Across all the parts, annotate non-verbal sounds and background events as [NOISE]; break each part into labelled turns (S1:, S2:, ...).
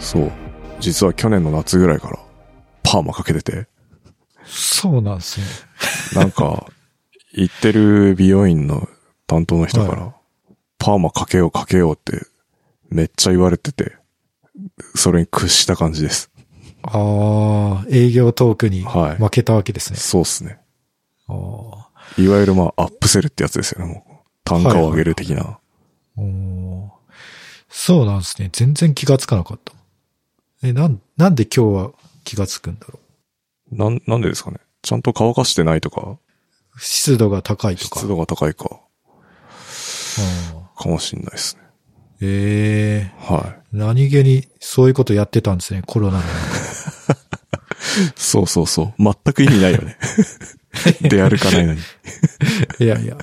S1: そう。実は去年の夏ぐらいから、パーマかけてて、
S2: そうなんですね。
S1: なん
S2: [LAUGHS]
S1: か、行ってる美容院の担当の人から、パーマかけようかけようって、めっちゃ言われてて、それに屈した感じです。
S2: ああ、営業トークに
S1: はい
S2: 負けたわけですね。
S1: そうっすね。
S2: あー
S1: いわゆるまあ、アップセルってやつですよね、もう。単価を上げる的な。
S2: おーそうなんですね。全然気がつかなかった。え、なん、なんで今日は気がつくんだろ
S1: なん、なんでですかね。ちゃんと乾かしてないとか、
S2: う。湿度が高いとか。
S1: 湿度が高いか、
S2: あー
S1: かもしんないですね。
S2: ええ
S1: は
S2: 何気にそういうことやってたんですね、コロナの中。
S1: い。そうそうそう。全く意味ないよ
S2: [LAUGHS]
S1: ね。出歩かないのに。
S2: いやいや、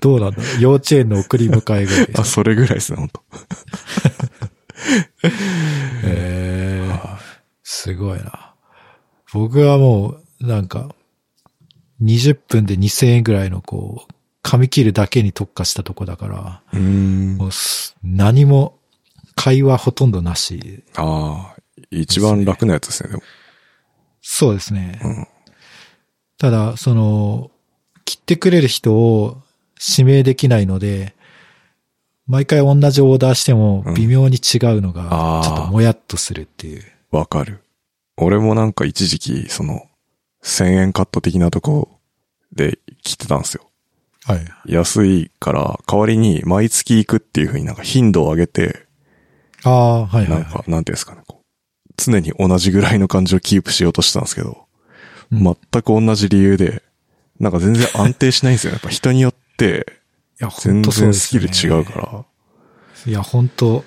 S2: どうなんだろう幼稚園の送り迎 [LAUGHS] えぐらいです
S1: あ、それぐらいですね、本当
S2: へえすごいな。僕はもう、なんか、20分で2000円ぐらいのこう、髪切るだけに特化したとこだから、
S1: うーん。
S2: もうす何も、会話ほとんどなし。
S1: ああ、一番楽なやつですね、でも。
S2: そうですね。
S1: うん
S2: ただ、その、切ってくれる人を指名できないので、毎回同じオーダーしても
S1: うん
S2: 微妙に違うのが
S1: あ、ー
S2: ちょっともやっとするっていう。
S1: わかる。俺もなんか一時期、その、1000円カット的なとこで切ってたんですよ。
S2: はい。
S1: 安いから、代わりに毎月行くっていう風になんか頻度を上げて、
S2: ああ、はいは、
S1: ないん
S2: は
S1: か、なんていうんですかね、こう、常に同じぐらいの感じをキープしようとしてたんですけど、
S2: うん
S1: 全く同じ理由で、なんか全然安定しないんですよ。やっぱ人によって、
S2: い。いや、
S1: 全
S2: [LAUGHS] 本当そう
S1: 然
S2: で
S1: ス
S2: す
S1: キ
S2: ね
S1: ル違うから、
S2: いや、本当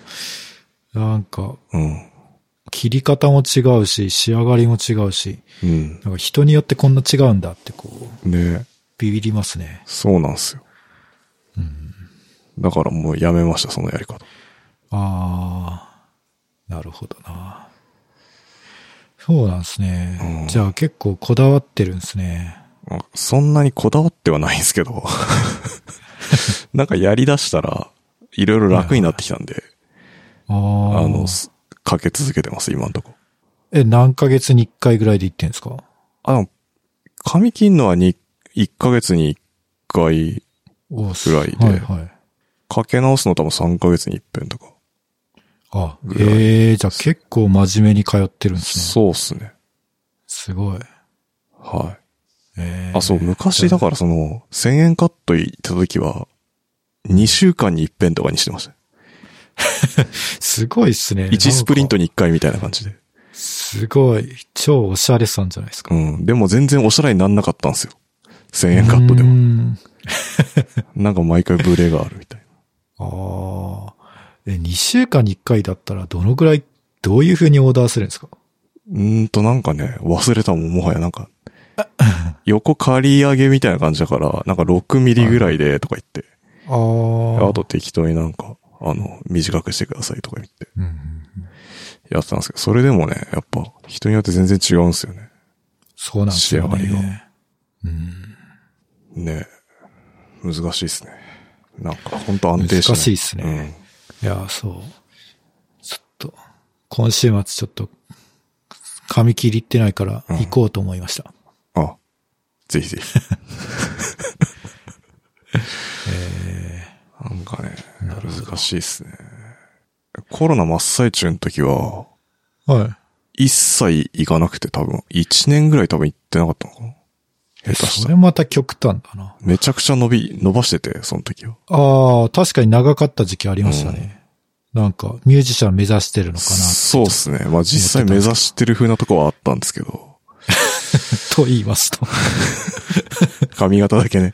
S2: なんか、
S1: うん。
S2: 切り方も違うし、仕上がりも違うし、
S1: うん。
S2: なんか人によってこんな違うんだってこう、
S1: ね
S2: ビビりますね。
S1: そうなんですよ。だからもうやめました、そのやり方。
S2: ああ、なるほどな。そうなんですね。
S1: うん
S2: じゃあ結構こだわってるんですね。
S1: あそんなにこだわってはないんですけど、 [LAUGHS] なんかやり出したら、いろいろ楽になってきたんで、
S2: あ
S1: あ
S2: あ。
S1: の、すかけ続けてます、今んとこ。
S2: え、何ヶ月に1回ぐらいで行ってんですか
S1: あ、でも、髪切んのはに1ヶ月に1回、
S2: お
S1: ぐらいで
S2: はいはい。
S1: かけ直すの多分3ヶ月に1遍とか。
S2: あ、
S1: ぐらい
S2: ええじゃあ結構真面目に通ってるんですね。
S1: そうっすね。
S2: すごい。
S1: は
S2: え
S1: い。
S2: え
S1: あ、そう、昔だからその、1000円カット行った時は、2週間に1遍とかにしてました。
S2: すごいっすね。
S1: 1スプリント
S2: ト
S1: に1回みたいな感じで。
S2: すごい。超おしゃれさんじゃないですか。
S1: うん。でも全然おしゃれになんなかったんですよ。1000円カットで
S2: うー
S1: も。
S2: ん
S1: なんか毎回ブレがあるみたい
S2: ああ。え、2週間に1回だったらどのぐらい、どういう風にオーダーするんですか
S1: な。うーんとなんかね、忘れたもん、もはやなん
S2: [LAUGHS]
S1: か。横刈り上げみたいな感じだから、なんか6ミリぐらいでとか言って、
S2: ああ
S1: あと適当になんか、あの、短くしてくださいとか言って
S2: うんうんうん
S1: やってたんですけど、それでもね、やっぱ人によって全然違うんですよね。
S2: そうなんですよ
S1: 仕上がり
S2: ね。うん、
S1: ね難しいですね。なんか本当安定
S2: 難
S1: しない。
S2: しいですね。いや、そう。ちょっと、今週末ちょっと、髪切りってないから
S1: うん
S2: 行こうと思いました。
S1: うん。あ、ぜひぜひ。
S2: え
S1: なんかね、
S2: なるほど
S1: 難しいですね。コロナ真っ最中の時は、
S2: えはい。
S1: 一切行かなくて多分、一年ぐらい多分行ってなかったのかな下手し
S2: そ
S1: たら。
S2: れまた極端だな。
S1: めちゃくちゃ伸び、伸ばしてて、その時は。
S2: ああ、確かに長かった時期ありましたね。なんか、ミュージシャン目指してるのかな、
S1: そうですね。まあ実際目指してる風なとこはあったんですけど、
S2: と言いま
S1: [LAUGHS]
S2: すと。
S1: 髪型だけ
S2: [LAUGHS]
S1: ね。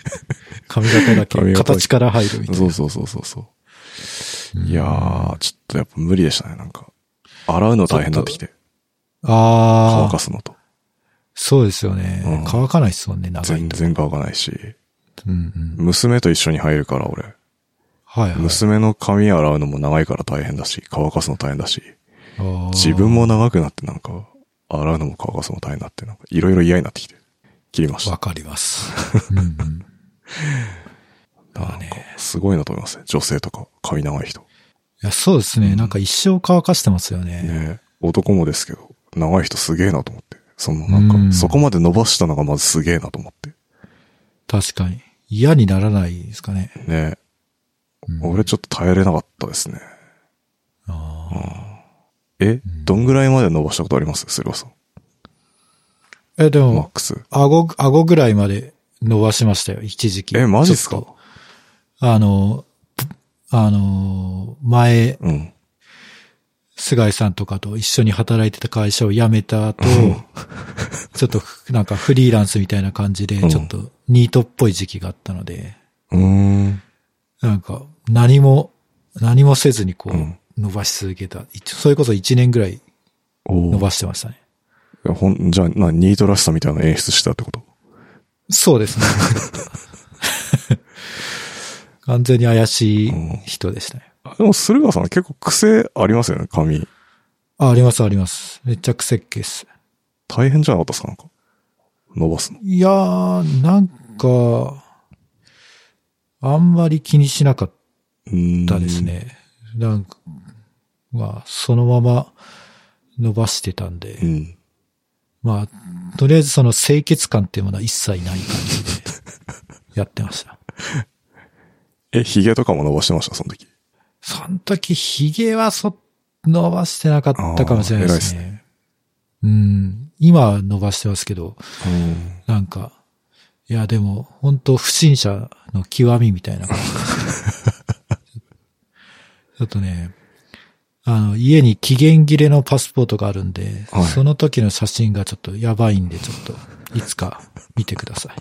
S2: 髪型
S1: 髪
S2: だけ、
S1: 型だけ
S2: 形から入るみたい
S1: そうそうそうそうそう。いやー、ちょっとやっぱ無理でしたね、なんか。洗うの大変になってきて、
S2: な。あ
S1: 乾
S2: あ
S1: か、すのと。
S2: そうですよね、
S1: うん
S2: 乾かないっすもんね、長い
S1: 全
S2: と。
S1: 然乾かないし、
S2: うんうん。
S1: 娘と一緒に入るから、俺。
S2: はいはい。
S1: 娘の髪洗うのも長いから大変だし、乾かすの大変だし、
S2: あー
S1: 自分も長くなってなんか、洗うのも乾かすのも大変になって、なんかいろいろ嫌になってきて、切りまし
S2: わ
S1: た。
S2: かります。うんうん。
S1: なんか、すごいなと思いますね。女性とか、髪長い人。
S2: いや、そうですね。なんか一生乾かしてますよね。
S1: ね男もですけど、長い人すげえなと思って。そのなん
S2: うん
S1: か、そこまで伸ばしたのがまずすげえなと思って。
S2: 確かに。嫌にならないですかね。
S1: ね、
S2: うん
S1: 俺ちょっと耐えれなかったですね。
S2: あー
S1: え、どんぐらいまで伸ばしたことありますスルオさん。
S2: え、で
S1: マッ
S2: も、
S1: クス。
S2: 顎、顎ぐらいまで伸ばしましたよ、一時期。
S1: え、マジっす
S2: ちょ
S1: か
S2: っとあの、ぷあの、前、
S1: うん。
S2: 菅井さんとかと一緒に働いてた会社を辞めた後、ちょっとなんかフリーランスみたいな感じで、
S1: うん
S2: ちょっとニートっぽい時期があったので、
S1: うーん。
S2: なんか何も、何もせずにこ
S1: うん
S2: う、伸ばし続けた。一それこそ1年ぐらい
S1: お
S2: 伸
S1: ー
S2: ばしてましたね。
S1: いやほん、じゃあ、な、ニートらしさみたいなの演出したってこと
S2: そうですね。 [LAUGHS] 完全に怪しい人でしたね。
S1: あでも、駿河さん結構癖ありますよね、髪。
S2: あ、ありますあります。めっちゃ癖っ気です。
S1: 大変じゃなかったですかなんか。伸ばすの。
S2: いやー、なんか、あんまり気にしなかっ
S1: うーん
S2: たです。ね。なんか、まあ、そのまま伸ばしてたんで
S1: う、ん。
S2: まあ、とりあえずその清潔感っていうものは一切ない感じでやってま [LAUGHS] した。
S1: え、髭とかも伸ばしてました、その時。
S2: その時、髭はそ、伸ばしてなかったかもしれないです
S1: あ
S2: ね。うん。今は伸ばしてますけど、
S1: うん。
S2: なんか、いや、でも、本当不審者の極みみた
S1: [LAUGHS]
S2: いな感じ。ちょっとね、あの、家に期限切れのパスポートがあるんで、
S1: はい
S2: その時の写真がちょっとやばいんで、ちょっと、いつか見てください。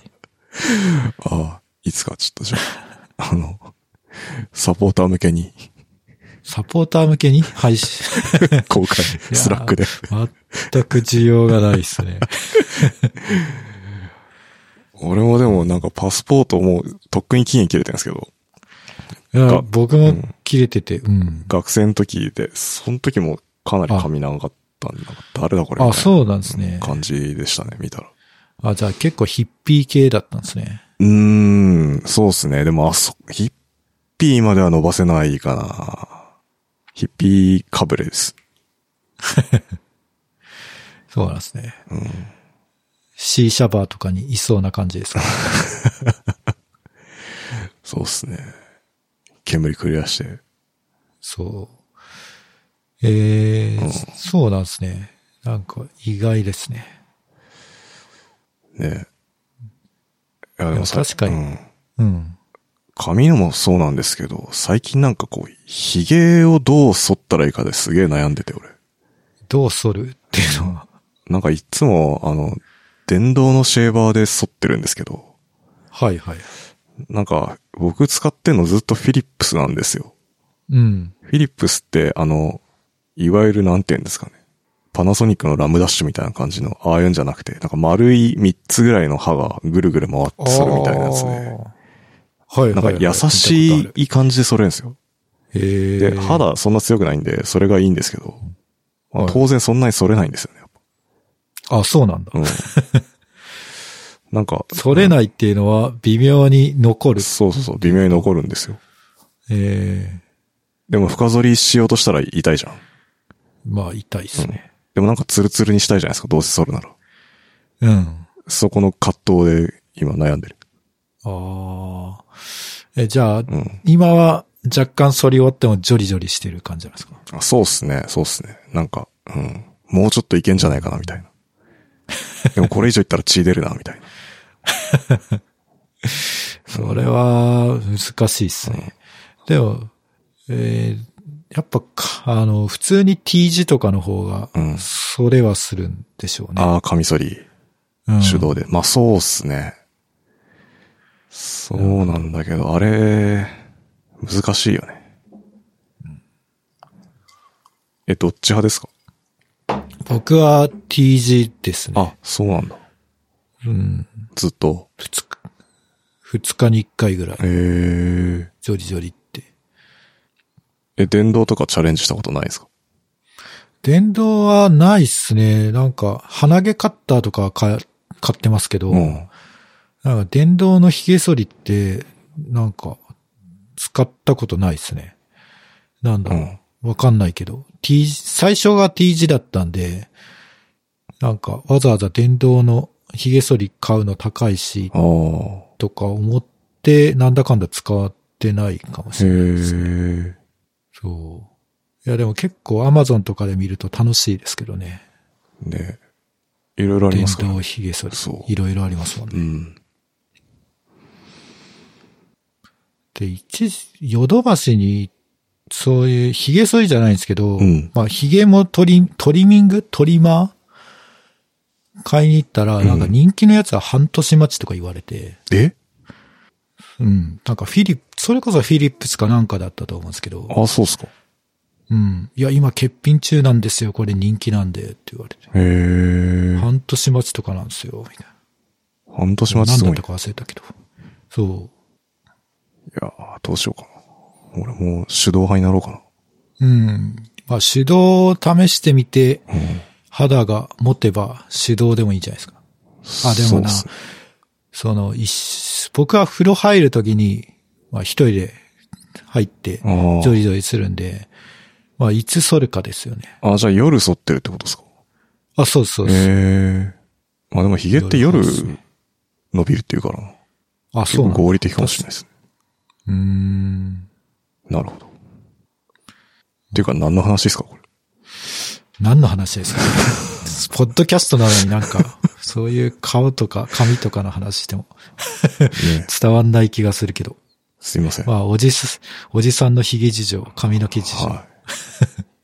S1: ああ、いつかちょっとじゃあ、 [LAUGHS] あの、サポーター向け
S2: [LAUGHS]
S1: に
S2: サポーター向けに配信。
S1: 公開、 [LAUGHS] スラックで。
S2: 全く需要がないです
S1: [LAUGHS]
S2: ね。
S1: 俺もでもなんかパスポートもうとっくに期限切れてるんですけど、
S2: いや
S1: が
S2: 僕も切れてて、うん。
S1: 学生の時で、その時もかなり髪長かったんだ。誰だこれ
S2: あ、
S1: う
S2: そうなんですね。
S1: 感じでしたね、見たら。
S2: あ、じゃあ結構ヒッピー系だったんですね。
S1: うーん、そうっすね。でも、あそ、ヒッピーまでは伸ばせないかな。ヒッピーかぶれです。
S2: そうなんですね。シーシャバーとかにいそうな感じ [LAUGHS] ですか。
S1: そうっすね。煙クリアして。
S2: そう。えー、そうなんですね。なんか意外ですね。
S1: ね。いや、
S2: いや確かに
S1: うん
S2: うん。
S1: 髪のもそうなんですけど、最近なんかこう、髭をどう剃ったらいいかですげえ悩んでて、俺。
S2: どう剃るっていうのは。
S1: なんかいつも、あの、電動のシェーバーで剃ってるんですけど、
S2: はいはい。
S1: なんか、僕使ってんのずっとフィリップスなんですよ。
S2: うん。
S1: フィリップスって、あの、いわゆるなんて言うんですかね。パナソニックのラムダッシュみたいな感じの、ああいうんじゃなくて、なんか丸い3つぐらいの刃がぐるぐる回って剃るみたいなやつで、
S2: あー。はい
S1: な
S2: は
S1: んか
S2: いはい、
S1: 優しい感じで剃れるんですよ。
S2: えー。
S1: で、肌そんな強くないんで、それがいいんですけど、まあ
S2: はい
S1: 当然そんなに剃れないんですよね。やっ
S2: あ、そうなんだ。 [LAUGHS]
S1: ぱうんなんか、
S2: 剃れないっていうのは微妙に残る。
S1: そうそうそう、微妙に残るんですよ。
S2: ええ
S1: でも深剃りしようとしたら痛いじゃん。
S2: まあ痛いですね。
S1: でもなんかツルツルにしたいじゃないですか、どうせ剃るなら。
S2: うん。
S1: そこの葛藤で今悩んでる。
S2: ああ。え、じゃあ、
S1: うん。
S2: 今は若干反り終わってもジョリジョリしてる感じなんですか
S1: あそうっすね、そうっすね。なんか、うん。もうちょっといけんじゃないかな、み
S2: [LAUGHS]
S1: たいな。でもこれ以上いったら血出るな、みたいな。
S2: それは難しいですね。でも、えーやっぱか、あの、普通に T 字とかの方が
S1: うん、
S2: それはするんでしょうね。
S1: ああ、カミソリ、
S2: うん
S1: 手動で。まあ、そうっすね。そうなんだけど、あれ、難しいよね。え、どっち派ですか
S2: 僕は T 字ですね。
S1: あ、そうなんだ。
S2: うん。
S1: ずっと。
S2: 二日、二日に一回ぐらい
S1: え、ー、
S2: ジョリジョリって。
S1: え、電動とかチャレンジしたことないですか
S2: 電動はないっすね。なんか、鼻毛カッターとかは買買ってますけど、
S1: うん。
S2: なんか電動の髭剃りって、なんか、使ったことないっすね。なんだ
S1: う
S2: ろう、
S1: ん。
S2: わかんないけど。T、最初が T 字だったんで、なんかわざわざ電動の髭剃り買うの高いし、
S1: ああ。
S2: とか思って、なんだかんだ使ってないかもし
S1: へ
S2: れないですね。
S1: え。
S2: そう。いやでも結構 Amazon とかで見ると楽しいですけどね。
S1: ねいろいろあり
S2: 電
S1: ますから
S2: 動。髭剃り
S1: そ。う
S2: いろいろありますもんね。
S1: うん。
S2: で、一時、ヨドバシに、そういう、髭剃りじゃないんですけど、
S1: うん
S2: まあ、髭もトリ、トリミングトリマー買いに行ったら、
S1: うん
S2: なんか人気のやつは半年待ちとか言われて、
S1: え
S2: うん。なんかフィリップ、それこそフィリップスかなんかだったと思うんですけど、
S1: あ、そうっすか。
S2: うん。いや、今欠品中なんですよ、これ人気なんで、って言われて。
S1: へえ。
S2: 半年待ちとかなんですよ、みたい
S1: 半年
S2: な。
S1: 待ち
S2: 何
S1: す
S2: だ
S1: ご
S2: っ
S1: い。い
S2: たか忘れたけど。そう。
S1: やー、どうしようかな。俺もう手動派になろうか
S2: うん。まあ、手動を試してみて、
S1: な。うん。
S2: 肌が持てば手動でもいいんじゃないですか。あ、で
S1: そ
S2: も
S1: うっ
S2: な、
S1: す
S2: そ
S1: ね
S2: の、一僕は風呂入るときに、まあ一人で入って、
S1: あー
S2: ジョリジョリするんで、まあいつ剃るかですよね。
S1: あ、じゃあ夜剃ってるってことですか
S2: あ、そうそう
S1: へ
S2: そう。
S1: え。まあでも髭って夜
S2: 夜ですね
S1: 伸びるっていうからな。
S2: あ、
S1: 結
S2: そ
S1: 構
S2: うなんだ
S1: 合理的かもしれないですね。
S2: うーん。
S1: なるほど。っていうか何の話ですかこれ。
S2: 何の話です
S1: [LAUGHS]
S2: かポッドキャストなのになんか、そういう顔とか髪とかの話し
S1: [LAUGHS]
S2: ても
S1: ね
S2: 伝わんない気がするけど。
S1: すいません。
S2: まあ、おじす、おじさんの髭事情、髪の毛事情。
S1: はい。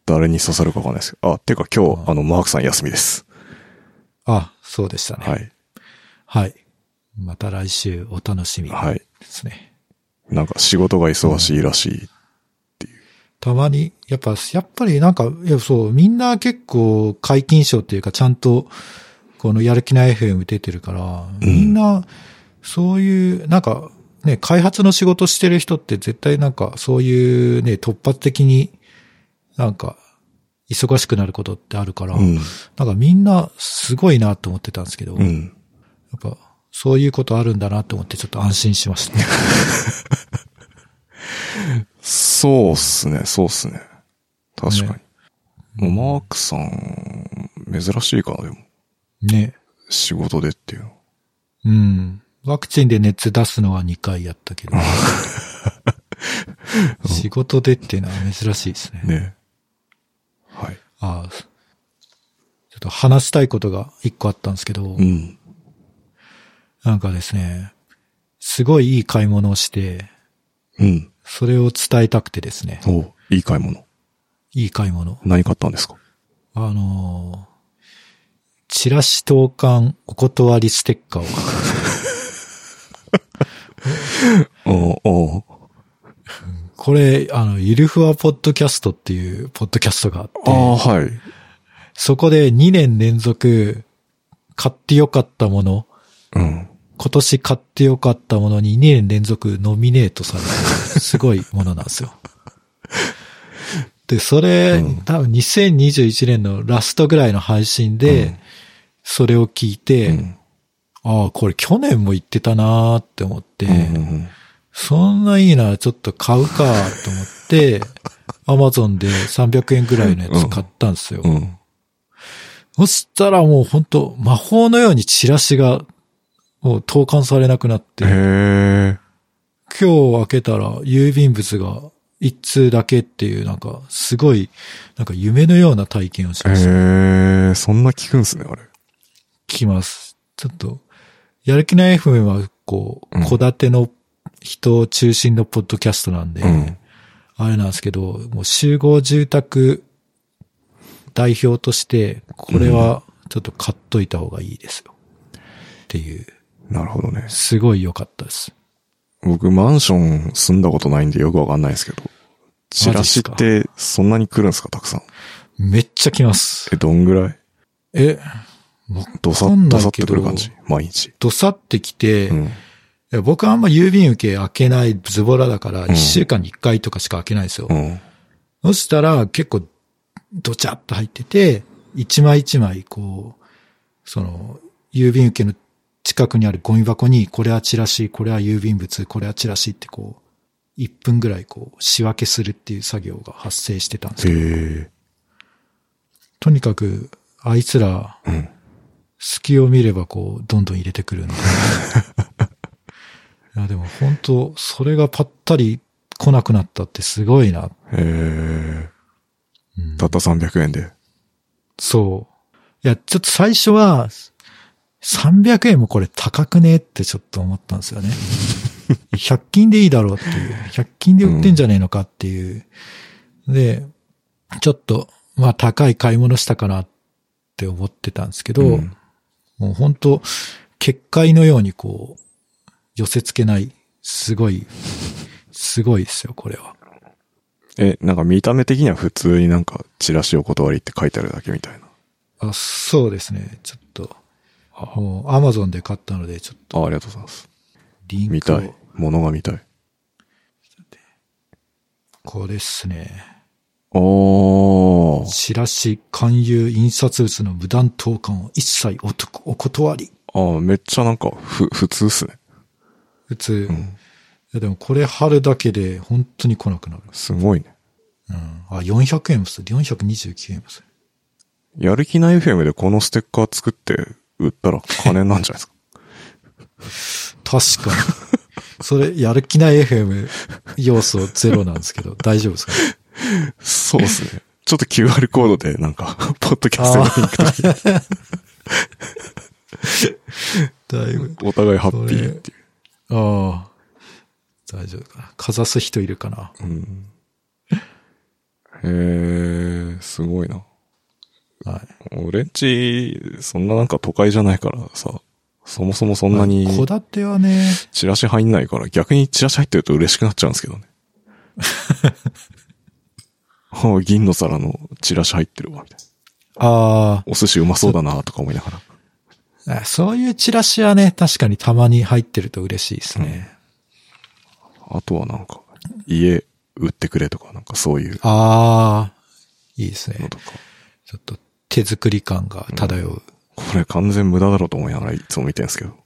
S1: 誰に刺さるかわかんないですけど。あ、ていうか今日、あの、マークさん休みです。
S2: あ、そうでしたね。
S1: はい。
S2: はい。また来週お楽しみで
S1: はい。
S2: すね。
S1: なんか仕事が忙しいらしい。
S2: たまに、やっぱ、やっぱりなんか、いや、そう、みんな結構解禁賞っていうか、ちゃんと、このやる気ない FM 出てるから、
S1: ん
S2: みんな、そういう、なんか、ね、開発の仕事してる人って絶対なんか、そういうね、突発的になんか、忙しくなることってあるから、
S1: うん。
S2: なんかみんなすごいなと思ってたんですけど、
S1: う
S2: や
S1: ん。
S2: っぱ、そういうことあるんだなと思ってちょっと安心しました。
S1: [LAUGHS] そうっすね、そうっすね。確かに。
S2: ね
S1: もうマークさん、珍しいかな、でも。
S2: ね。
S1: 仕事でっていうの。
S2: うん。ワクチンで熱出すのは2回やった
S1: [LAUGHS]
S2: けど。仕事でっていうのは珍しいですね。
S1: ね。はい。
S2: ああちょっと話したいことが1個あったんですけど、
S1: うん。
S2: なんかですね、すごいいい買い物をして、
S1: うん。
S2: それを伝えたくてですね、
S1: おういい買い物。
S2: いい買い物。
S1: 何買ったんですか
S2: あのーチラシ投函お断りステッカーを買った
S1: おうおう
S2: これ、あの、ゆるふわポッドキャストっていうポッドキャストがあって、
S1: ああ、はい。
S2: そこで2年連続買ってよかったもの、
S1: うん。
S2: 今年買ってよかったものに2年連続ノミネートされてる、すごいものなんですよ。で、それ、
S1: うん
S2: 多分2021年のラストぐらいの配信で、
S1: うん
S2: それを聞いて、
S1: うん
S2: ああ、これ去年も言ってたなーって思って、
S1: うんうん
S2: そんないいならちょっと買うかと思
S1: [LAUGHS]
S2: って、アマゾンで300円ぐらいのやつ買ったんですよ。
S1: うんうん。
S2: そしたらもう本当魔法のようにチラシが、もう投函されなくなって、
S1: へえ。
S2: 今日開けたら郵便物が一通だけっていう、なんか、すごい、なんか夢のような体験をしました。
S1: へえ、そんな聞くんすね、あれ。
S2: きます。ちょっと、やる気ない FM は、こう
S1: うん、
S2: 小建ての人を中心のポッドキャストなんで、
S1: うん
S2: あれなんですけど、もう集合住宅代表として、これはちょっと買っといた方がいいですよ。っていう、
S1: なるほどね。
S2: すごい良かったです。
S1: 僕、マンション住んだことないんでよくわかんないですけど。チラシってそんなに来るんですか、たくさん。
S2: めっちゃ来ます
S1: え、。どんぐらい
S2: え、
S1: どさ
S2: わかん、
S1: ど
S2: な
S1: さっ
S2: い
S1: て
S2: け
S1: く
S2: ど
S1: る感じ毎日。
S2: どさってきて、
S1: う
S2: い
S1: ん。
S2: や僕はあんま郵便受け開けないズボラだから、
S1: ん
S2: 1週間に1回とかしか開けないんですよ。
S1: うん。
S2: そしたら結構ドチャッと入ってて、一枚一枚こう、その、郵便受けの近くにあるゴミ箱に、これはチラシ、これは郵便物、これはチラシってこう、 1分ぐらいこう仕分けするっていう作業が発生してたんですけど、
S1: え
S2: とにかくあいつら
S1: えうん。
S2: 隙を見ればこう、どんどん入れてくるんで。いや、でも本当それがぱったり来なくなったってすごいな。
S1: え
S2: う
S1: え
S2: ん
S1: たった300円で。
S2: そう。いや、ちょっと最初は、300円もこれ高くねってちょっと思ったんですよね。100均でいいだろうっていう。100均で売ってんじゃねえのかっていう。で、ちょっと、まあ高い買い物したかなって思ってたんですけど、
S1: うん
S2: もう本当結界のようにこう、寄せ付けない。すごい、すごいですよ、これは。
S1: え、なんか見た目的には普通になんかチラシお断りって書いてあるだけみたいな。
S2: あそうですね。ちょっと、もうアマゾンで買ったので、ちょっと
S1: あ、ありがとうございます。
S2: リン
S1: 見
S2: ク
S1: た
S2: を
S1: い。ものが見たい。
S2: これですね。
S1: おー。
S2: チラシ、勧誘、印刷物の無断投函を一切おとお断り。
S1: ああ、めっちゃなんか、ふ、普通っすね。
S2: 普通。
S1: う
S2: い
S1: ん。
S2: やでもこれ貼るだけで本当に来なくなる。
S1: すごいね。
S2: うん。あ、400円もする。429円もする。
S1: やる気ない FM でこのステッカー作って売ったら金なんじゃないですか。
S2: 確かに。それ、やる気ない FM 要素ゼロなんですけど、大丈夫ですか
S1: [LAUGHS] そうっすね。ちょっと QR コードでなんか、 [LAUGHS] ポッドキャストのリンクとか
S2: だいぶ。
S1: お互いハッピーってい
S2: ああ。大丈夫かな。かざす人いるかな。
S1: う。うん。へえ、すごいな。
S2: はい。
S1: 俺んち、そんななんか都会じゃないからさ、そもそもそんなに
S2: まあ戸建てはね、
S1: チラシ入んないから、逆にチラシ入ってると嬉しくなっちゃうんですけど [LAUGHS] ね。はあ、銀の皿のチラシ入ってるわ、みたいな。
S2: あ
S1: お寿司うまそうだな、とか思いながら。
S2: ああ、そういうチラシはね、確かにたまに入ってると嬉しいですね。
S1: あとはなんか、家売ってくれとか、なんかそういう
S2: ああ、いいです
S1: の
S2: ね。
S1: とか。
S2: ちょっと手作り感が漂う。
S1: これ完全無駄だろうと思いながらいつも見てるんですけど。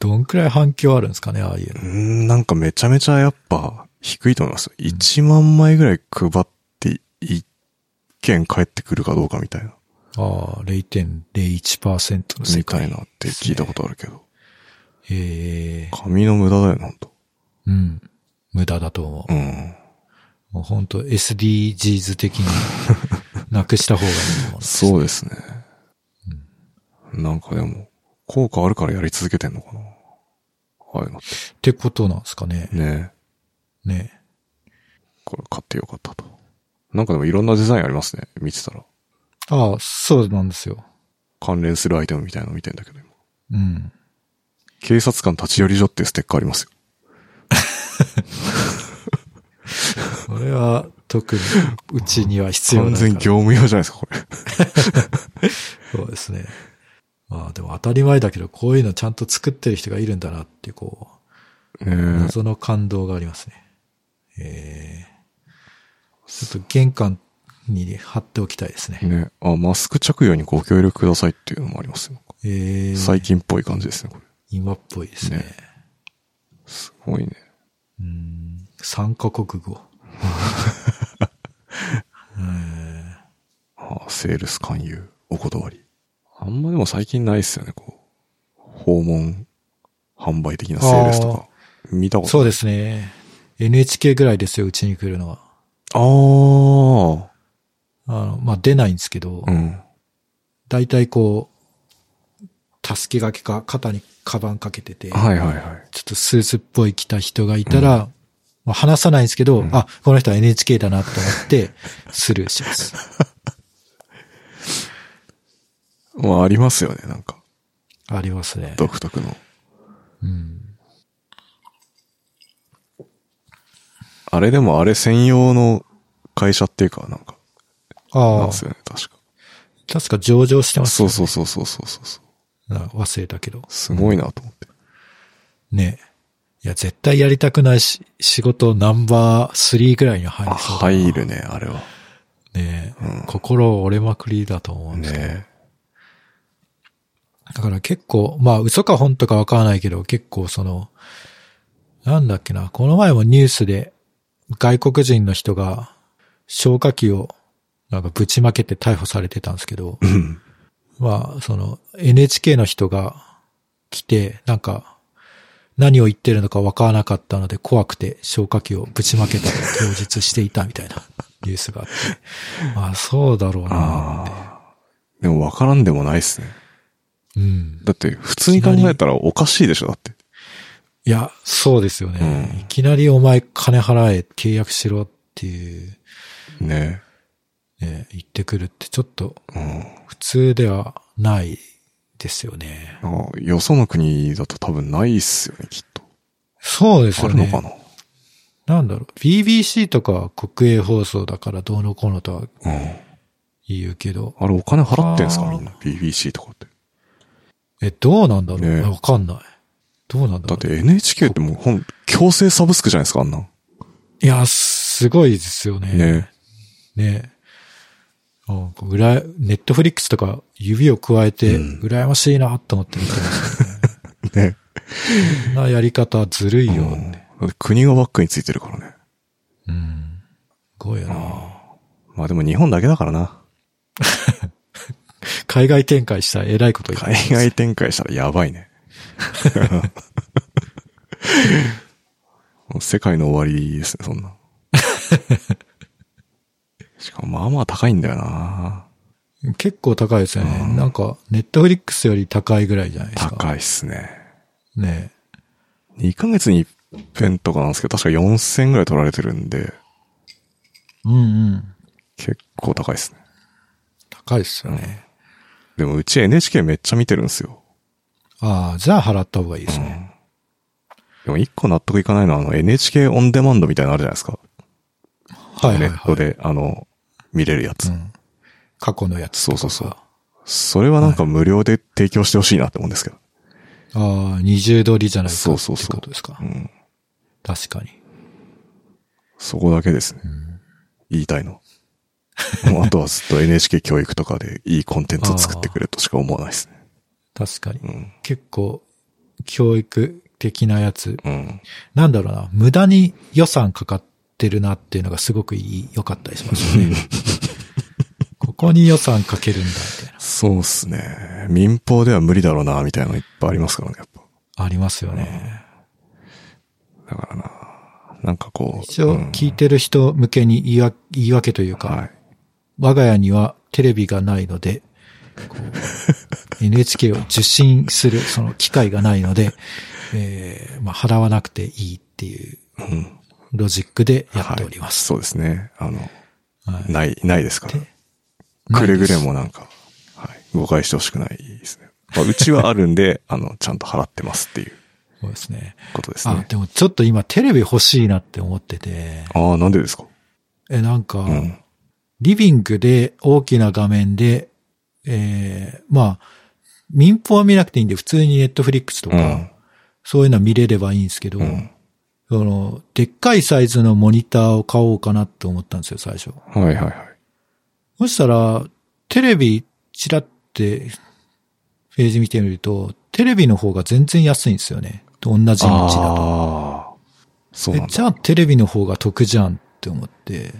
S2: どんくらい反響あるんですかね、ああいうの
S1: うー。ん、なんかめちゃめちゃやっぱ低いと思います。1万枚ぐらい配って1件返ってくるかどうかみたいな。
S2: ああ、0.01%の世
S1: みたい
S2: 界。
S1: なって聞いたことあるけど。
S2: ええ
S1: 紙の無駄だよね、ほんと。
S2: うん。無駄だと思う。
S1: うん。
S2: もう本当 SDGs 的
S1: [LAUGHS]
S2: になくした方がいいものです
S1: そうですね。なんかでも、効果あるからやり続けてんのかな。ああいうのって。
S2: ってことなんですかね。
S1: ね
S2: ね。
S1: これ買ってよかったと。なんかでもいろんなデザインありますね。見てたら。
S2: ああ、そうなんですよ。
S1: 関連するアイテムみたいなの見てんだけど、今。
S2: うん。
S1: 警察官立ち寄り所っていうステッカーありますよ。
S2: これは特にうちには必要
S1: 完
S2: ない
S1: 全
S2: か
S1: 業
S2: ら。
S1: 務用じゃないですか、これ。
S2: そうですね。まあでも当たり前だけど、こういうのちゃんと作ってる人がいるんだなって、こう、
S1: ね
S2: 謎の感動がありますね。えーちょっと玄関に貼っておきたいです
S1: え。
S2: ね。
S1: ねあ、マスク着用にご協力くださいっていうのもありますよ。
S2: えー
S1: 最近っぽい感じですね、これ。
S2: 今っぽいですね。
S1: ねすごいね。
S2: うん三カ国語。うん
S1: あセールス勧誘、お断り。あんまでも最近ないっすよね、こう。訪問、販売的なセールスとか。見たこと
S2: そ
S1: ないう
S2: ですね。NHK ぐらいですよ、うちに来るのは。
S1: あー。
S2: あの、まあ、出ないんですけど、
S1: うん。
S2: 大体こう、たすき掛けか肩にカバンかけてて、
S1: はいはいはい。
S2: ちょっとスーツっぽい着た人がいたら、まあ話さないんですけど、あ、この人は NHK だなと思って、 [LAUGHS] スルーします。
S1: まあありますよね、なんか。
S2: ありますね。
S1: 独特の。
S2: うん。
S1: あれでもあれ専用の会社っていうか、なんか、な
S2: あ
S1: ん
S2: あ
S1: です、よね、確か。
S2: 確か上場してます
S1: そ
S2: よ
S1: う
S2: ね。
S1: そうそうそうそうそうそう。
S2: な忘れたけど。
S1: すごいなと思って。
S2: ねいや、絶対やりたくないし、仕事ナンバー3ぐらいに入
S1: あ、
S2: りそうだな。
S1: 入るね、あれは。
S2: ね、心折れまくりだと思うんですけど。
S1: ね
S2: だから結構、まあ嘘か本とかわからないけど、結構その、なんだっけな、この前もニュースで外国人の人が消火器をなんかぶちまけて逮捕されてたんですけど、
S1: うん。
S2: まあ、その NHK の人が来て、なんか何を言ってるのかわからなかったので怖くて消火器をぶちまけたと供述していたみたいなニュースがあって。まあ、そうだろうなって。
S1: ああ。でも分からんでもないですね。
S2: うん。
S1: だって、普通に考えたらおかしいでしょ、だって。
S2: いや、そうですよね。
S1: うん
S2: いきなりお前金払え、契約しろっていう、
S1: ね
S2: ね、言ってくるってちょっと
S1: うん。
S2: 普通ではないですよね。
S1: なんかよその国だと多分ないっすよね、きっと。
S2: そうです
S1: あ
S2: よ
S1: るの
S2: ね。
S1: かな
S2: なんだろう。BBC とかは国営放送だからどうのこうのとは
S1: うん。
S2: 言うけど、
S1: あれお金払ってんすか
S2: あー
S1: みんな。BBC とかって。
S2: え、どうなんだろう
S1: ね
S2: わ、かんない。どうなんだ
S1: だ
S2: ろ
S1: っ
S2: う。
S1: て NHK ってもうほん、強制サブスクじゃないですか、あんなん。
S2: いや、すごいですよね。
S1: ね
S2: ねなんか、うらや、ネットフリックスとか指を加えて、
S1: うん
S2: 羨ましいなと思って見てましたね。
S1: [LAUGHS] ね
S2: こんなやり方ずるいよ。
S1: うんだって国がバックについてるからね。
S2: うん。すごいよな。
S1: まあでも日本だけだからな。
S2: 海外展開したら偉いこと言って
S1: 海外展開したらやばいね。 [LAUGHS] もう世界の終わりですね、そん [LAUGHS] な。しかもまあまあ高いんだよな。
S2: 結構高いですよね。
S1: うん
S2: なんか、ネットフリックスより高いぐらいじゃないですか。
S1: 高いっすね。
S2: ね
S1: 2ヶ月に一遍とかなんですけど、確か4000円ぐらい取られてるんで、
S2: うんうん。
S1: 結構高いっすね。
S2: 高いですよね。
S1: でもうち NHK めっちゃ見てるんですよ。
S2: ああ、じゃあ払った方がいいですね。
S1: でも一個納得いかないのは、あの NHK オンデマンドみたいなのあるじゃないですか。
S2: はいはい
S1: ネッ
S2: は
S1: ト
S2: い。
S1: で、あの、見れるやつ。
S2: うん過去のやつとか。
S1: そうそうそれはなんか無料で提供してほしいなって思うんですけど。
S2: ああ、二重撮りじゃないか
S1: そうそうそう
S2: ってことですか。
S1: うん。
S2: 確かに。
S1: そこだけですね。言いた
S2: [LAUGHS]
S1: いの。もうあとはずっと NHK 教育とかでいいコンテンツを作ってくれとしか思わないですね。
S2: 確かに。
S1: うん。
S2: 結構、教育的なやつ。
S1: うん。
S2: なんだろうな、無駄に予算かかってるなっていうのがすごくいい良かったりしま
S1: [LAUGHS]
S2: すね。ここに予算かけるんだ、みたいな。
S1: そうっすね。民放では無理だろうな、みたいなのいっぱいありますからね、やっぱ。
S2: ありますよね。
S1: だからな。なんかこう。
S2: 一
S1: う
S2: 応、
S1: ん
S2: 聞いてる人向けに言いわ言い訳というか、
S1: はい。
S2: 我が家にはテレビがないので、こ
S1: [LAUGHS]
S2: う NHK を受信するその機会がないので、えーまあ、払わなくていいっていう
S1: うん。
S2: ロジックでやっております。
S1: はいそうですね。あの、
S2: はい
S1: ない、ないですから。
S2: ない
S1: くれ
S2: で
S1: ぐ
S2: す
S1: れもなんか、はい、誤解してほしくないですね。まあ、うちはあるんで、 [LAUGHS] あの、ちゃんと払ってますっていう
S2: そうですね。
S1: ことです
S2: あ
S1: ね、。
S2: でもちょっと今テレビ欲しいなって思ってて、
S1: ああ、なんでですか
S2: え、なんか、
S1: うん。
S2: リビングで大きな画面で、えーまあ、民放は見なくていいんで、普通にネットフリックスとか、
S1: うん
S2: そういうのは見れればいいんですけど、
S1: うん
S2: その、でっかいサイズのモニターを買おうかなって思ったんですよ、最初。
S1: はいはいはい。
S2: そしたら、テレビ、ちらって、ページ見てみると、テレビの方が全然安いんですよね。同じ道だと。
S1: ああ。そうな
S2: え
S1: ん
S2: じ
S1: だ。
S2: ゃあテレビの方が得じゃんって思って。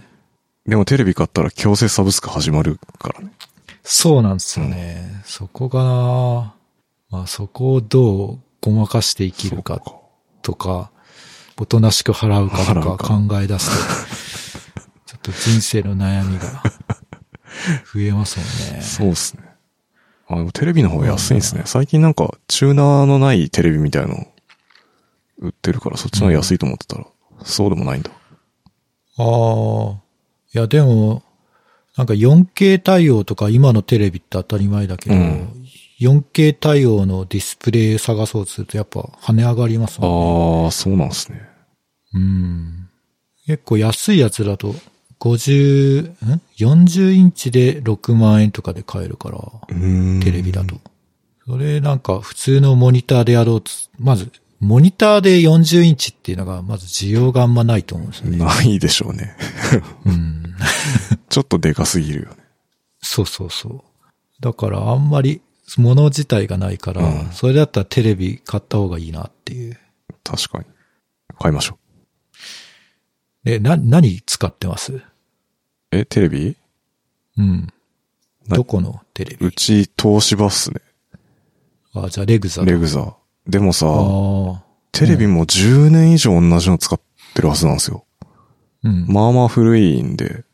S1: でもテレビ買ったら強制サブスク始まるからね。
S2: そうなんですよね。そこがなまあそこをどうごまかして生きるか
S1: そう
S2: とか、おとなしく払うか
S1: 払
S2: と
S1: う
S2: か
S1: か
S2: 考え出す [LAUGHS] と、ちょっと人生の悩みが増えますよね。
S1: そうっすね。あ、でもテレビの方が安いんですね。最近なんか、チューナーのないテレビみたいの売ってるから、そっちの方が安いと思ってたら、そうでもないんだ。
S2: [LAUGHS] ああ。いやでも、なんか 4K 対応とか今のテレビって当たり前だけど、
S1: うん
S2: 4K 対応のディスプレイ探そうとするとやっぱ跳ね上がりますもんね。
S1: ああ、そうなんですね。
S2: うん。結構安いやつだと、50、ん ?40 インチで6万円とかで買えるから、
S1: うーん
S2: テレビだと。それなんか普通のモニターでやろうと、まず、モニターで40インチっていうのが、まず需要があんまないと思うんですよね。
S1: ないでし [LAUGHS] ょうね。
S2: うん。
S1: [LAUGHS] ちょっとでかすぎるよね。
S2: そうそうそう。だからあんまり、物自体がないから、
S1: うん
S2: それだったらテレビ買った方がいいなっていう。
S1: 確かに。買いましょ
S2: え、な、何使ってます
S1: う。え、テレビ
S2: うん。
S1: な
S2: どこのテレ
S1: う
S2: ビ
S1: ち、東芝っすね。
S2: あ、じゃあレグザだ。
S1: レグザ。でも
S2: あ
S1: さ、
S2: あ。
S1: テレビも10年以上同じの使ってるはずなんですよ。
S2: うん。
S1: まあまあ古いんで、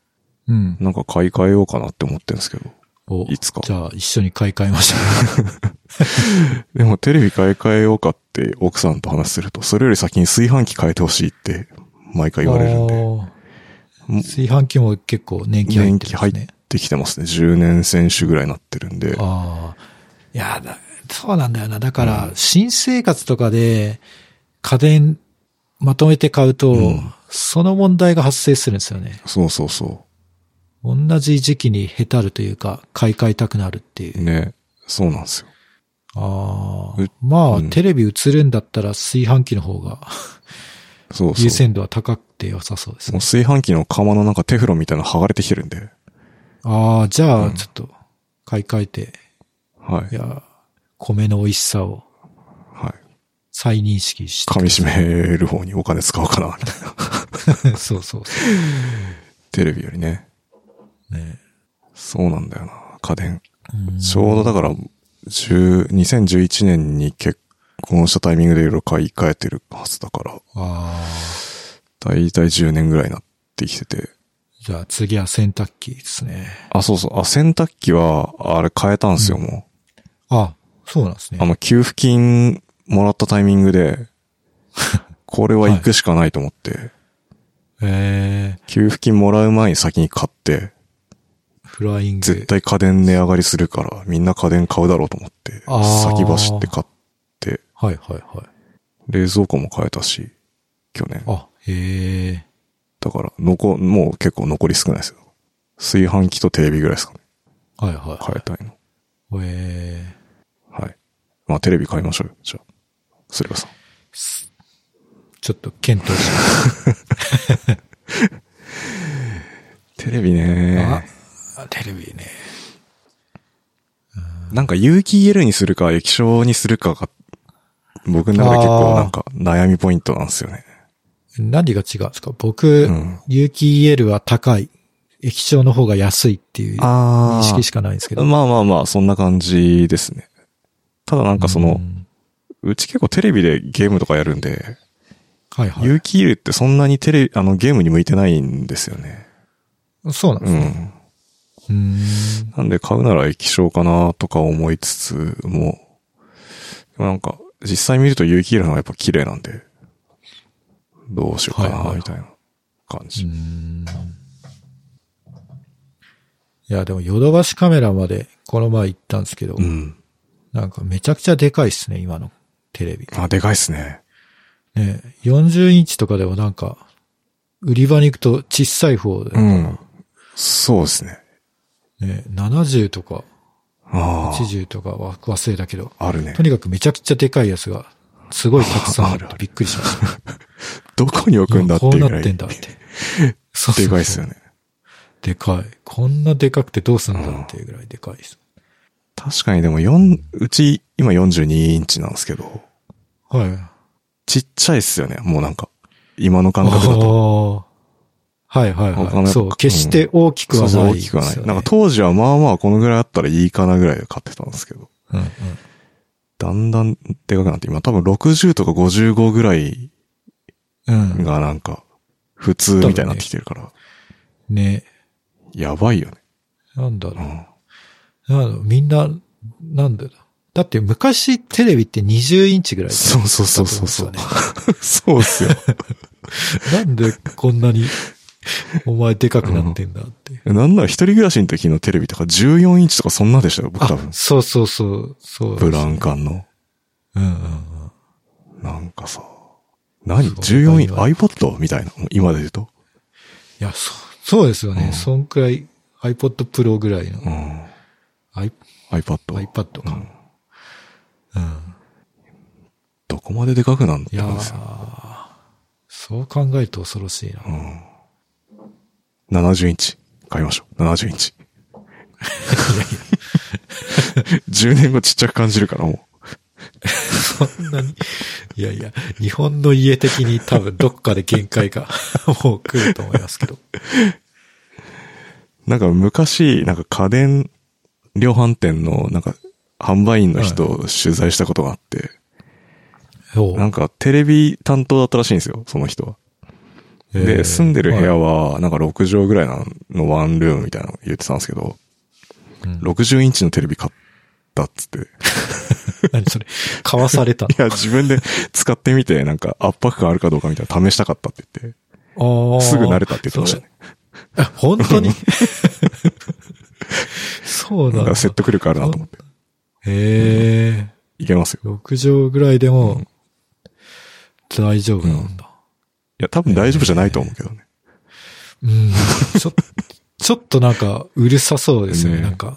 S2: うん。
S1: なんか買い替えようかなって思ってるんですけど。
S2: お
S1: いつか
S2: じゃあ一緒に買い替えましょう。
S1: でもテレビ買い替えようかって奥さんと話すると、それより先に炊飯器変えてほしいって毎 [LAUGHS] 回言われるんで、
S2: あー炊飯器も結構年季入
S1: 年
S2: って
S1: 季
S2: る
S1: 入
S2: んです
S1: っ
S2: ね。
S1: てきてますね。10年選手ぐらいになってるんで。
S2: ああ。いやだ、そうなんだよな。だから、新生活とかで家電まとめて買うと、
S1: うん
S2: その問題が発生するんですよね。
S1: そうそうそ
S2: 同じ時期にへたるというか、買い替えたくなるっていう
S1: う。。ね。そうなんですよ。
S2: ああ
S1: う。
S2: まあ、
S1: うん
S2: テレビ映るんだったら炊飯器の方が
S1: そう
S2: 優
S1: そう。
S2: 先度は高くて良さそうです
S1: もう
S2: ね。
S1: 炊飯器の釜のなんかテフロンみたいなの剥がれてきてるんで。
S2: ああ、じゃ
S1: う
S2: あ、
S1: ん
S2: ちょっと買い替えて、
S1: はいい。
S2: や、米の美味しさを
S1: はい。
S2: 再認識して。
S1: 噛み締める方にお金使おうかな、みたいな。 [LAUGHS]
S2: [LAUGHS] そうそうそ
S1: テレビよりね。
S2: う。ね。
S1: そうなんだよな。家電。
S2: うん
S1: ちょうどだから、10 2011年に結婚したタイミングでいろいろ買い替えてるはずだから、
S2: ああ。
S1: だいたい10年ぐらいになってきてて。
S2: じゃあ次は洗濯機ですね。
S1: あ、そうそう。あ、洗濯機は、あれ変えたんすよ、も
S2: あ、そうなんです
S1: う。あ
S2: ね。
S1: の、給付金もらったタイミング [LAUGHS] で、これは行くしかないと思って、
S2: えー、
S1: 給付金もらう前に先に買って、
S2: フライング。
S1: 絶対家電値上がりするから、みんな家電買うだろうと思って、
S2: あー
S1: 先走って買って、
S2: はいはいはい。
S1: 冷蔵庫も変えたし、去年。
S2: あ、へえ。
S1: だから、残、もう結構残り少ないですよ。炊飯器とテレビぐらいですかね。
S2: はいはい
S1: 変え
S2: は
S1: たいの。
S2: い。え
S1: はい。まあ、テレビ買いましょうよ。じゃあ。スレバさん。
S2: ー、ちょっと検討し
S1: テレビ
S2: ま
S1: ね。
S2: す。あ、テレビね。
S1: なんか有機 EL にするか液晶にするかが、僕の中で結構なんか悩みポイントなんですよね。
S2: 何が違うんですか僕、
S1: うん
S2: 有機 EL は高い。液晶の方が安いっていう認
S1: あ
S2: 識しかないんですけど。
S1: まあまあまあ、そんな感じですね。ただなんかその
S2: う、ん
S1: うち結構テレビでゲームとかやるんで、
S2: はいは
S1: 有機 EL ってそんなにテレビ、あのゲームに向いてないんですよね。
S2: い。そうなんで
S1: う
S2: すね。
S1: ん。
S2: うーん。
S1: なんで買うなら液晶かなとか思いつつも、でもなんか実際見ると有機 EL の方がやっぱ綺麗なんで、どうしようか
S2: はいはいは
S1: ないみたいな感
S2: う
S1: じ。
S2: んいや、でもヨドバシカメラまでこの前行ったんですけど、
S1: うん。
S2: なんかめちゃくちゃでかいっすね、今のテレビ。
S1: あ、でかいっすね。
S2: ね、40インチとかでもなんか、売り場に行くと小さい方で、
S1: うん。そうですね。
S2: ね、70とか
S1: ああ。
S2: 80とかは忘れたけど、
S1: あるね
S2: と。にかくめちゃくちゃでかいやつが、すごいたくさんあっ
S1: ある
S2: て
S1: ある
S2: びっくりしました。
S1: ど [LAUGHS] こに置くんだ
S2: 今
S1: って
S2: こ
S1: いううぐら。
S2: ないってん
S1: [LAUGHS]
S2: だって。そうそうそう
S1: でかいっすよね。
S2: でかい。こんなでかくてどうすんだっていうぐらいでかいです。
S1: 確かにでも4、うち今42インチなんですけど、
S2: はい。
S1: ちっちゃいっすよね。もうなんか、今の感覚だと。
S2: あーはいはい
S1: 他のや
S2: はい。
S1: つ
S2: そう、決して大きくは
S1: そう
S2: ない、
S1: そう大きくはない。なんか、当時はまあまあこのぐらいあったらいいかなぐらいで買ってたんですけど、
S2: うんうん、
S1: だんだんでかくなって、今多分60とか55ぐらい
S2: うん。
S1: がなんか、普通みたいになってきてるから、
S2: ね。
S1: やばいよね。
S2: なんだ
S1: う
S2: ろ
S1: ん。
S2: う。なんだろうみんな、なんだろう。だって昔テレビって20インチぐらいだった
S1: そ
S2: と
S1: う
S2: 思
S1: そうそうそうそ
S2: ん
S1: う [LAUGHS]
S2: で。
S1: そうっすよ。
S2: すよね。なんでこんなに、お前でかくなってんだって。
S1: なんなら一人暮らしの時のテレビとか14インチとかそんなでしたよ、僕多
S2: あ
S1: 分、。
S2: そうそうそう、そう。
S1: ブラウン管の。
S2: うんうんうん。
S1: なんかさ、何
S2: そう
S1: ?14 インチ iPod? みたいな。もう今で言うと。
S2: いや、そう、そうですよね。
S1: うん
S2: そんくらい iPod Pro ぐらいの、
S1: うん。
S2: I-
S1: iPad。
S2: iPad か。うん
S1: どこまででかくなん
S2: い
S1: て
S2: や
S1: 思うんですよ。
S2: ーそう考えると恐ろしいな。
S1: 70インチ。買いましょう。70インチ。10年後ちっちゃく感じるからもう。
S2: そんなに。いやいや、日本の家的に多分どっかで限界 [LAUGHS] がもう来ると思いますけど。
S1: なんか昔、なんか家電量販店の、なんか販売員の人を取材したことがあって、
S2: おう
S1: なんかテレビ担当だったらしいんですよ、その人は。
S2: え
S1: で、
S2: ー
S1: 住んでる部
S2: は
S1: 屋
S2: い
S1: は、なんか6畳ぐらいなのワンルームみたいなの言ってたんですけど、
S2: うん
S1: 60インチのテレビ買ったっつって。い
S2: 何それ買わさ [LAUGHS] れたの
S1: や、自分で使ってみて、なんか圧迫感あるかどうかみたいな試したかったって言っ
S2: ああ
S1: て、すぐ慣れたって言ってましたね。
S2: あ、本当 [LAUGHS] にそう
S1: だ
S2: な
S1: か
S2: んだ
S1: ら。説得力あるなと思って。
S2: へえ、
S1: いけますよ。
S2: 6畳ぐらいでも、大丈夫なんだ。
S1: いや、多分大丈夫じゃないと思うけどね。
S2: うん。ちょ、 [LAUGHS] ちょっとなんか、うるさそうですよね。
S1: ね
S2: なんか、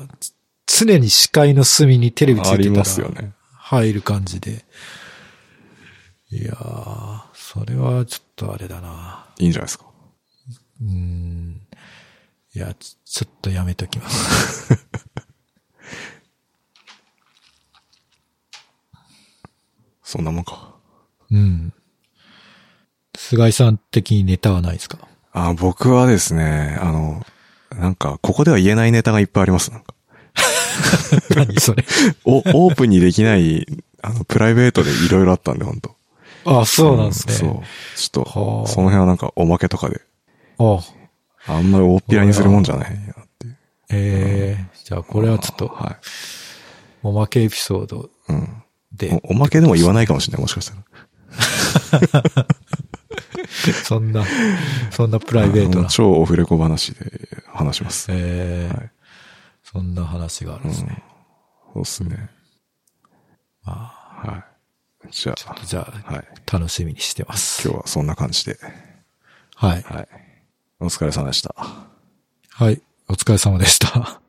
S2: つ常に視界の隅にテレビつ
S1: あ
S2: いて
S1: ります
S2: た
S1: よ
S2: ら、
S1: ね。
S2: 入る感じで。いやー、それはちょっとあれだな。
S1: いいんじゃないですか。
S2: うん。いや、ちちょっとやめときます。
S1: そんなもんか。
S2: うん。菅井さん的にネタはない
S1: [LAUGHS]
S2: ですか
S1: あ、僕はですね、あの、なんか、ここでは言えないネタがいっぱいあります。なんか
S2: 何それ。
S1: お、オープンにできない、 [LAUGHS] あの、プライベートでいろいろあったんで、本当
S2: あ、そうなんですね。
S1: そう。ちょっと、
S2: はあ
S1: その辺はなんかおまけとかで、
S2: あ
S1: あんまり大っぴらにするもんじゃないなっていう。
S2: ええじゃあこれはちょっと、
S1: は
S2: おまけエピソード
S1: い。うん。
S2: で、
S1: おおまけでも言わないかもしれない、もしかしたら。
S2: そんな、そんなプライベート
S1: あ
S2: な
S1: の、超オフレコ話で話します。
S2: ええ
S1: はい
S2: そんな話があるんですね。
S1: そうっすね。
S2: ま
S1: はい。じゃあ
S2: あ、、じゃあ、
S1: はい。
S2: 楽しみにしてます。
S1: 今日はそんな感じで。
S2: はい。
S1: はい。お疲れ様でした。
S2: はい。お疲れ様でした。